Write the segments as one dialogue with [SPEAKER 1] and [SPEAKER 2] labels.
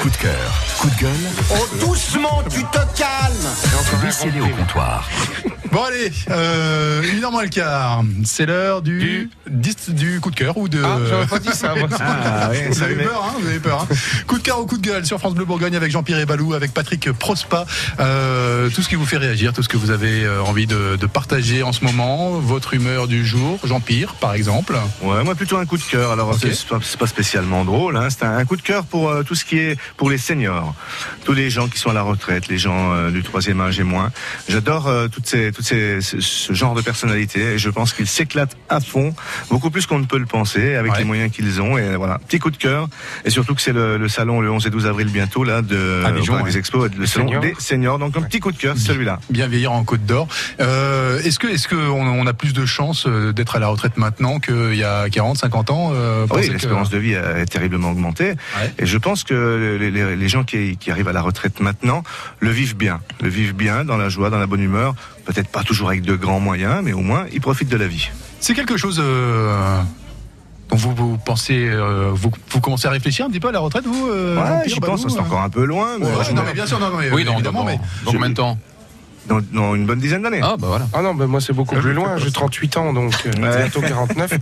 [SPEAKER 1] Coup de cœur, coup de gueule,
[SPEAKER 2] Oh, doucement, tu te calmes
[SPEAKER 1] laissez-les au comptoir.
[SPEAKER 3] Bon allez, euh, une heure moins le quart. C'est l'heure du, dis- du coup de cœur ou de.
[SPEAKER 4] Ah, j'aurais pas dit ça, moi.
[SPEAKER 3] Ah, ouais, vous avez peur, hein, vous avez peur. hein. Coup de cœur ou coup de gueule sur France Bleu Bourgogne avec Jean-Pierre Ebalou, avec Patrick Prospa. Euh, tout ce qui vous fait réagir, tout ce que vous avez euh, envie de, de partager en ce moment, votre humeur du jour, Jean-Pierre par exemple.
[SPEAKER 5] Ouais, moi plutôt un coup de cœur. Alors c'est- c'est pas, c'est pas spécialement drôle. Hein. C'est un, un coup de cœur pour euh, tout ce qui est pour les seniors, tous les gens qui sont à la retraite, les gens euh, du troisième âge et moins. J'adore euh, toutes ces, toutes ces, ce, ce genre de personnalités et je pense qu'ils s'éclatent à fond, beaucoup plus qu'on ne peut le penser avec
[SPEAKER 3] Ouais.
[SPEAKER 5] les moyens qu'ils ont. Et voilà, petit coup de cœur. Et surtout que c'est le, le salon le 11 et 12 avril bientôt là de
[SPEAKER 3] À Dijon,
[SPEAKER 5] enfin,
[SPEAKER 3] ouais.
[SPEAKER 5] des expos, le salon
[SPEAKER 4] seniors.
[SPEAKER 5] des seniors. Donc un petit coup de cœur, celui-là.
[SPEAKER 3] Bien vieillir en Côte d'Or. Euh, Est-ce que est-ce que on, on a plus de chances euh, d'être à la retraite maintenant qu'il y a 40, 50 ans euh,
[SPEAKER 5] Ah Oui,
[SPEAKER 3] pensez que-
[SPEAKER 5] l'espérance de vie a- est terriblement augmentée.
[SPEAKER 3] Ouais.
[SPEAKER 5] Et je pense que les, les- les gens qui, qui arrivent à la retraite maintenant le vivent bien. Le vivent bien, dans la joie, dans la bonne humeur. Peut-être pas toujours avec de grands moyens, mais au moins, ils profitent de la vie.
[SPEAKER 3] C'est quelque chose euh, dont vous, vous pensez, euh, vous, vous commencez à réfléchir un petit peu à la retraite, vous euh,
[SPEAKER 5] Ouais,
[SPEAKER 3] Jean-Pierre
[SPEAKER 5] j'y pense,
[SPEAKER 3] Balou,
[SPEAKER 5] c'est
[SPEAKER 3] euh
[SPEAKER 5] encore un peu loin, mais
[SPEAKER 3] Ouais,
[SPEAKER 5] je-
[SPEAKER 3] non, mais bien sûr, non, non, mais,
[SPEAKER 1] Oui, non,
[SPEAKER 3] évidemment,
[SPEAKER 1] d'abord.
[SPEAKER 3] mais
[SPEAKER 1] Dans combien de temps
[SPEAKER 5] dans, dans une bonne dizaine d'années.
[SPEAKER 1] Ah, bah voilà.
[SPEAKER 4] Ah non, mais moi c'est beaucoup plus loin, j'ai 38 ans donc euh,
[SPEAKER 5] Ouais.
[SPEAKER 4] bientôt 49.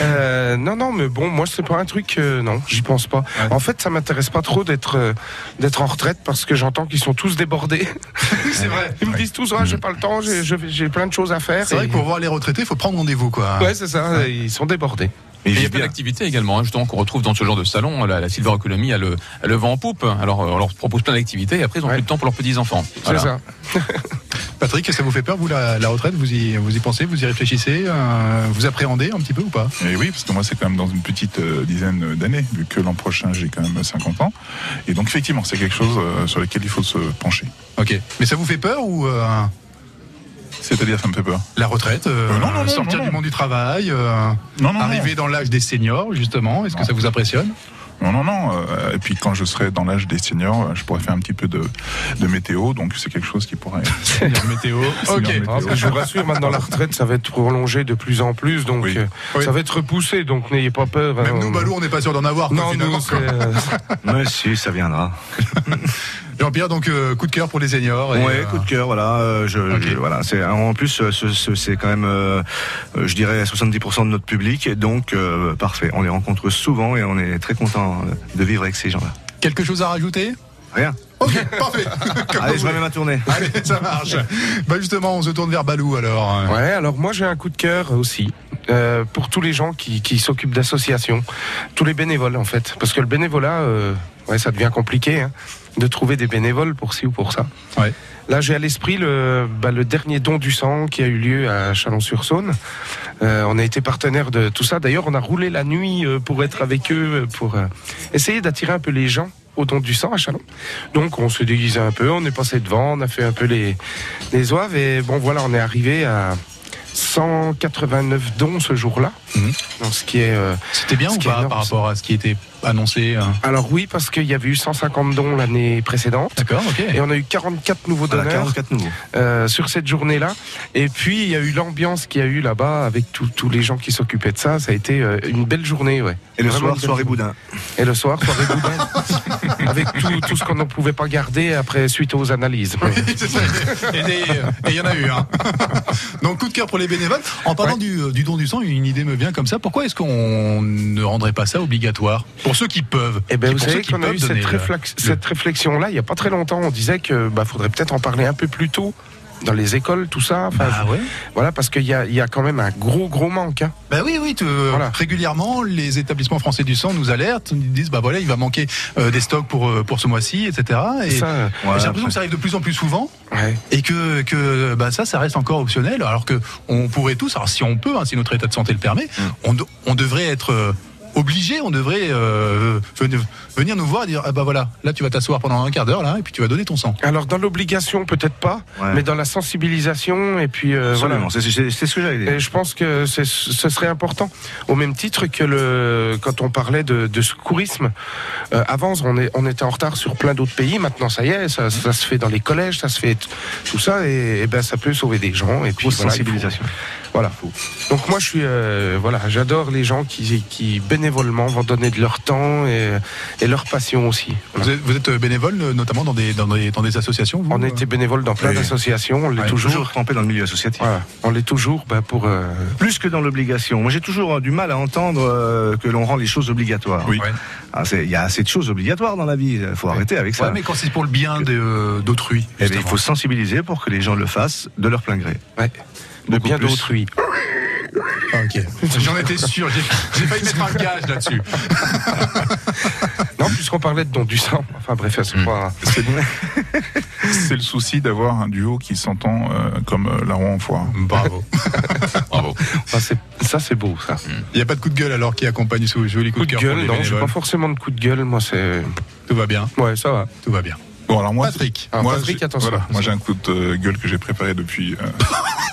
[SPEAKER 4] Euh, non, non, mais bon, moi c'est pas un truc, euh, non, j'y pense pas. En fait, ça m'intéresse pas trop d'être euh, d'être en retraite parce que j'entends qu'ils sont tous débordés.
[SPEAKER 3] c'est vrai.
[SPEAKER 4] Ils me disent tous, ah, j'ai pas le temps, j'ai- je vais- j'ai plein de choses à faire.
[SPEAKER 3] C'est vrai
[SPEAKER 4] Et-
[SPEAKER 3] que pour voir les retraités, il faut prendre rendez-vous, quoi.
[SPEAKER 4] Ouais, c'est ça, ils sont débordés.
[SPEAKER 5] Mais ils
[SPEAKER 1] Et il y a
[SPEAKER 5] vivent
[SPEAKER 1] plein
[SPEAKER 5] bien.
[SPEAKER 1] d'activités également, hein, justement, qu'on retrouve dans ce genre de salon. La, la Silver Economy a le, a le vent en poupe. Alors, euh, on leur propose plein d'activités et après, ils ont
[SPEAKER 4] Ouais.
[SPEAKER 1] plus de temps pour leurs petits-enfants. Voilà.
[SPEAKER 4] C'est ça.
[SPEAKER 3] Patrick, ça vous fait peur, vous, la, la retraite Vous y, vous y pensez Vous y réfléchissez euh, Vous appréhendez un petit peu ou pas
[SPEAKER 6] Et oui, parce que moi, c'est quand même dans une petite euh, dizaine d'années, vu que l'an prochain, j'ai quand même 50 ans. Et donc, effectivement, c'est quelque chose euh, sur lequel il faut se pencher.
[SPEAKER 3] Ok. Mais ça vous fait peur ou euh,
[SPEAKER 6] C'est-à-dire, ça me fait peur.
[SPEAKER 3] la retraite euh,
[SPEAKER 6] Euh, non, non, non,
[SPEAKER 3] Sortir
[SPEAKER 6] non,
[SPEAKER 3] du
[SPEAKER 6] non.
[SPEAKER 3] monde du travail euh,
[SPEAKER 6] Non, non,
[SPEAKER 3] Arriver dans l'âge des seniors, justement Est-ce que
[SPEAKER 1] Ah.
[SPEAKER 6] Non.
[SPEAKER 3] ça vous impressionne
[SPEAKER 6] non. Non, non, non. Euh, Et puis, quand je serai dans l'âge des seniors, euh, je pourrai faire un petit peu de, de météo. Donc, c'est quelque chose qui pourrait.
[SPEAKER 3] Senior météo.
[SPEAKER 6] Senior
[SPEAKER 3] Ok.
[SPEAKER 6] météo.
[SPEAKER 4] Ah, mais je vous rassure, maintenant la retraite, ça va être prolongé de plus en plus, donc
[SPEAKER 6] Oui.
[SPEAKER 4] euh,
[SPEAKER 3] Oui.
[SPEAKER 4] ça va être repoussé, donc n'ayez pas peur.
[SPEAKER 3] Même
[SPEAKER 4] hein,
[SPEAKER 3] nous,
[SPEAKER 4] on-
[SPEAKER 3] Balou, on n'est pas sûr d'en avoir. quoi,
[SPEAKER 4] Non,
[SPEAKER 3] finalement.
[SPEAKER 4] nous, c'est, euh,
[SPEAKER 5] Mais si, ça viendra.
[SPEAKER 3] Jean-Pierre, donc euh, coup de cœur pour les seniors. et,
[SPEAKER 5] ouais,
[SPEAKER 3] euh,
[SPEAKER 5] coup de cœur, voilà. euh, je,
[SPEAKER 3] Ok.
[SPEAKER 5] je- voilà. C'est en plus, euh, ce- ce- c'est quand même, euh, euh, je dirais, 70% de notre public, et donc euh, parfait. On les rencontre souvent et on est très content euh, de vivre avec ces gens-là.
[SPEAKER 3] Quelque chose à rajouter
[SPEAKER 5] Rien.
[SPEAKER 3] Ok, parfait. Comme
[SPEAKER 5] Allez,
[SPEAKER 3] vous
[SPEAKER 5] je remets ma tournée.
[SPEAKER 3] voulez. Allez, ça marche. Bah justement, on se tourne vers Balou alors.
[SPEAKER 4] Ouais, alors moi j'ai un coup de cœur aussi euh, pour tous les gens qui, qui s'occupent d'associations, tous les bénévoles en fait, parce que le bénévolat, euh, ouais, ça devient compliqué hein, de trouver des bénévoles pour ci ou pour ça.
[SPEAKER 3] Ouais.
[SPEAKER 4] Là j'ai à l'esprit le, bah, le dernier don du sang qui a eu lieu à Chalon-sur-Saône. Euh, on a été partenaire de tout ça. D'ailleurs, on a roulé la nuit euh, pour être avec eux, euh, pour euh, essayer d'attirer un peu les gens au don du sang à Chalon. Donc on se déguisait un peu, on est passé devant, on a fait un peu les, les oives et bon voilà, on est arrivé à 189 dons ce jour-là.
[SPEAKER 3] Mhm.
[SPEAKER 4] Donc, ce qui est euh,
[SPEAKER 3] C'était bien
[SPEAKER 4] Ce
[SPEAKER 3] ou
[SPEAKER 4] qui est
[SPEAKER 3] pas
[SPEAKER 4] énorme,
[SPEAKER 3] par
[SPEAKER 4] ça.
[SPEAKER 3] rapport à ce qui était annoncé euh,
[SPEAKER 4] alors oui parce qu'il y avait eu 150 dons l'année précédente.
[SPEAKER 3] D'accord, ok.
[SPEAKER 4] Et on a eu 44 nouveaux
[SPEAKER 5] Voilà,
[SPEAKER 4] donneurs
[SPEAKER 5] 44 nouveaux.
[SPEAKER 4] euh, sur cette journée-là. Et puis il y a eu l'ambiance qu'il y a eu là-bas avec tous tous les gens qui s'occupaient de ça. Ça a été euh, une belle journée, ouais.
[SPEAKER 5] Et le
[SPEAKER 4] Vraiment une
[SPEAKER 5] soir,
[SPEAKER 4] belle
[SPEAKER 5] soirée
[SPEAKER 4] journée.
[SPEAKER 5] boudin.
[SPEAKER 4] Et le soir, soirée boudin. avec tout, tout ce qu'on ne pouvait pas garder après suite aux analyses.
[SPEAKER 3] C'est ça, et des- et il y en a eu. Hein. Donc coup de cœur pour les bénévoles. En parlant du, du don du sang, une idée me vient comme ça. Pourquoi est-ce qu'on ne rendrait pas ça obligatoire pour ceux qui peuvent
[SPEAKER 4] Eh ben,
[SPEAKER 3] Qui-
[SPEAKER 4] vous
[SPEAKER 3] pour ceux
[SPEAKER 4] savez
[SPEAKER 3] qui
[SPEAKER 4] qu'on a
[SPEAKER 3] peuvent
[SPEAKER 4] eu
[SPEAKER 3] donner euh,
[SPEAKER 4] cette,
[SPEAKER 3] le-
[SPEAKER 4] réflex- cette réflexion-là il n'y a pas très longtemps. On disait que bah, faudrait peut-être en parler un peu plus tôt dans les écoles, tout ça. Enfin,
[SPEAKER 3] Bah ouais.
[SPEAKER 4] Voilà, parce qu'il y a, il y a quand même un gros, gros manque. hein.
[SPEAKER 3] Bah oui, oui. tu-
[SPEAKER 4] Voilà.
[SPEAKER 3] Régulièrement, les établissements français du sang nous alertent, nous disent bah voilà, il va manquer euh, des stocks pour euh, pour ce mois-ci, etc. Et,
[SPEAKER 4] Ça, euh,
[SPEAKER 3] et j'ai l'impression que ça arrive de plus en plus souvent.
[SPEAKER 4] ouais.
[SPEAKER 3] et que, que bah ça, ça reste encore optionnel, alors que on pourrait tous, alors si on peut, hein, si notre état de santé le permet, on, de- on devrait être euh, obligé, on devrait euh, ven- venir nous voir et dire ah bah voilà, là tu vas t'asseoir pendant un quart d'heure là, et puis tu vas donner ton sang.
[SPEAKER 4] Alors, dans l'obligation, peut-être pas,
[SPEAKER 5] Ouais.
[SPEAKER 4] mais dans la sensibilisation, et puis euh, voilà.
[SPEAKER 5] Absolument, c'est- c'est c'est ce que j'allais dire.
[SPEAKER 4] Et je pense que c'est- ce serait important. Au même titre que le, quand on parlait de, de secourisme, euh, avant on, est- on était en retard sur plein d'autres pays. Maintenant ça y est, ça, ça se fait dans les collèges, ça se fait t- tout ça et, et ben ça peut sauver des gens. Et puis
[SPEAKER 5] Grosse
[SPEAKER 4] voilà, il faut-
[SPEAKER 5] sensibilisation.
[SPEAKER 4] Voilà, il faut, Voilà. Donc moi je suis euh, voilà, j'adore les gens qui, qui bénévolement vont donner de leur temps et, et leur passion aussi.
[SPEAKER 3] Vous êtes, vous êtes bénévole, euh, notamment dans des, dans des, dans des associations vous, euh
[SPEAKER 4] On était bénévole dans plein
[SPEAKER 5] Oui.
[SPEAKER 4] d'associations, on l'est
[SPEAKER 5] toujours,
[SPEAKER 4] toujours.
[SPEAKER 5] trempé dans le milieu associatif.
[SPEAKER 4] Voilà. On l'est toujours bah, pour euh,
[SPEAKER 5] Plus que dans l'obligation. Moi, j'ai toujours euh, du mal à entendre euh, que l'on rend les choses obligatoires.
[SPEAKER 6] Oui.
[SPEAKER 5] Ah, c'est- Il y a assez de choses obligatoires dans la vie. Il faut arrêter avec ça.
[SPEAKER 3] Ouais, mais quand c'est pour le bien de, euh, d'autrui.
[SPEAKER 5] Eh bien, il
[SPEAKER 3] justement.
[SPEAKER 5] faut sensibiliser pour que les gens le fassent de leur plein gré.
[SPEAKER 4] ouais, le
[SPEAKER 5] Beaucoup
[SPEAKER 4] bien
[SPEAKER 5] plus.
[SPEAKER 4] d'autrui.
[SPEAKER 3] Ah, ok. J'en étais sûr, j'ai j'ai failli mettre un gage là-dessus.
[SPEAKER 4] Non, puisqu'on parlait de don du sang. Enfin bref, c'est pas.
[SPEAKER 6] C'est le souci d'avoir un duo qui s'entend euh, comme euh, la roue en foire.
[SPEAKER 3] Bravo.
[SPEAKER 1] Bravo.
[SPEAKER 4] ça, c'est- Ça c'est beau ça.
[SPEAKER 3] Il n'y a pas de coup de gueule alors qui accompagne ce joli coup,
[SPEAKER 4] Coup de
[SPEAKER 3] cœur pour
[SPEAKER 4] gueule,
[SPEAKER 3] les
[SPEAKER 4] non, j'ai
[SPEAKER 3] bénévoles.
[SPEAKER 4] pas forcément de coup de gueule. Moi c'est
[SPEAKER 3] Tout va bien,
[SPEAKER 4] ouais ça va.
[SPEAKER 3] tout va bien.
[SPEAKER 6] Bon, alors moi,
[SPEAKER 3] Patrick.
[SPEAKER 4] Ah,
[SPEAKER 6] moi,
[SPEAKER 4] Patrick,
[SPEAKER 6] j'ai-
[SPEAKER 4] attention.
[SPEAKER 6] voilà, moi j'ai un coup de euh, gueule que j'ai préparé depuis euh,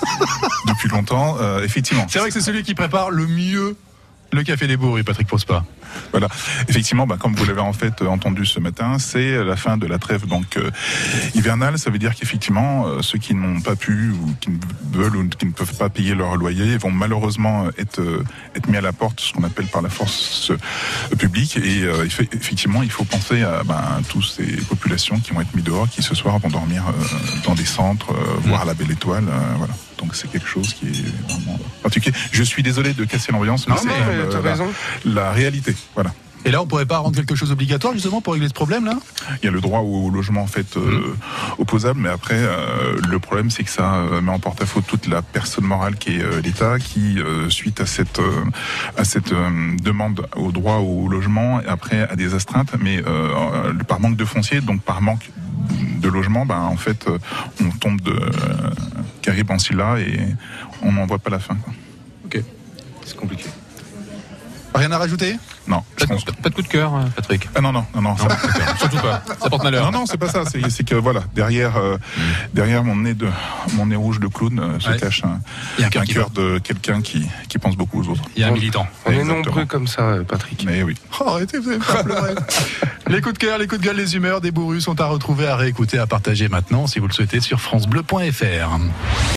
[SPEAKER 6] depuis longtemps. Euh, effectivement,
[SPEAKER 3] C'est vrai que c'est celui qui prépare le mieux le café des bourrés, Patrick Prospa.
[SPEAKER 6] Voilà. Effectivement, bah, comme vous l'avez en fait euh, entendu ce matin, c'est euh, la fin de la trêve donc euh, hivernale. Ça veut dire qu'effectivement, euh, ceux qui n'ont pas pu ou qui ne veulent ou qui ne peuvent pas payer leur loyer vont malheureusement être euh, être mis à la porte, ce qu'on appelle par la force euh, publique. Et euh, effe- effectivement, il faut penser à ben, toutes ces populations qui vont être mises dehors, qui ce soir vont dormir euh, dans des centres, euh,
[SPEAKER 4] Mmh.
[SPEAKER 6] voire à la Belle Étoile. euh, voilà. Donc c'est quelque chose qui est vraiment particulier. Je suis désolé de casser l'ambiance, mais
[SPEAKER 4] Non,
[SPEAKER 6] c'est
[SPEAKER 4] non,
[SPEAKER 6] quand
[SPEAKER 4] mais
[SPEAKER 6] même,
[SPEAKER 4] t'as
[SPEAKER 6] euh, la-
[SPEAKER 4] raison.
[SPEAKER 6] la réalité. Voilà.
[SPEAKER 3] Et là, on pourrait pas rendre quelque chose obligatoire justement pour régler ce problème là
[SPEAKER 6] Il y a le droit au logement en fait euh, opposable, mais après euh, le problème c'est que ça euh, met en porte-à-faux toute la personne morale qui est euh, l'État, qui euh, suite à cette euh, à cette euh, demande au droit au logement, et après à des astreintes, mais euh, par manque de foncier, donc par manque de logement, ben en fait euh, on tombe de euh, carib en silla et on n'en voit pas la fin. quoi.
[SPEAKER 5] C'est compliqué.
[SPEAKER 3] Rien à rajouter
[SPEAKER 6] Non, je
[SPEAKER 1] Pas de,
[SPEAKER 6] pense.
[SPEAKER 1] coup- pas de coup de cœur, euh, Patrick.
[SPEAKER 6] Ah non non non non. ça-
[SPEAKER 1] Surtout pas. Ça porte malheur.
[SPEAKER 6] Non, non, c'est pas ça. C'est c'est que voilà, derrière, euh, derrière mon nez de mon nez rouge de clown euh, se
[SPEAKER 3] Ouais.
[SPEAKER 6] cache un,
[SPEAKER 3] Il y a un
[SPEAKER 6] un
[SPEAKER 3] cœur qui
[SPEAKER 6] cœur de quelqu'un qui, qui pense beaucoup aux autres.
[SPEAKER 3] Il y a un militant.
[SPEAKER 4] On est
[SPEAKER 6] Exactement.
[SPEAKER 4] nombreux comme ça, euh, Patrick.
[SPEAKER 6] Mais oui.
[SPEAKER 3] Oh, arrêtez, vous allez me faire pleurer. les coups de cœur, les coups de gueule, les humeurs des bourrus sont à retrouver, à réécouter, à partager maintenant si vous le souhaitez sur FranceBleu.fr.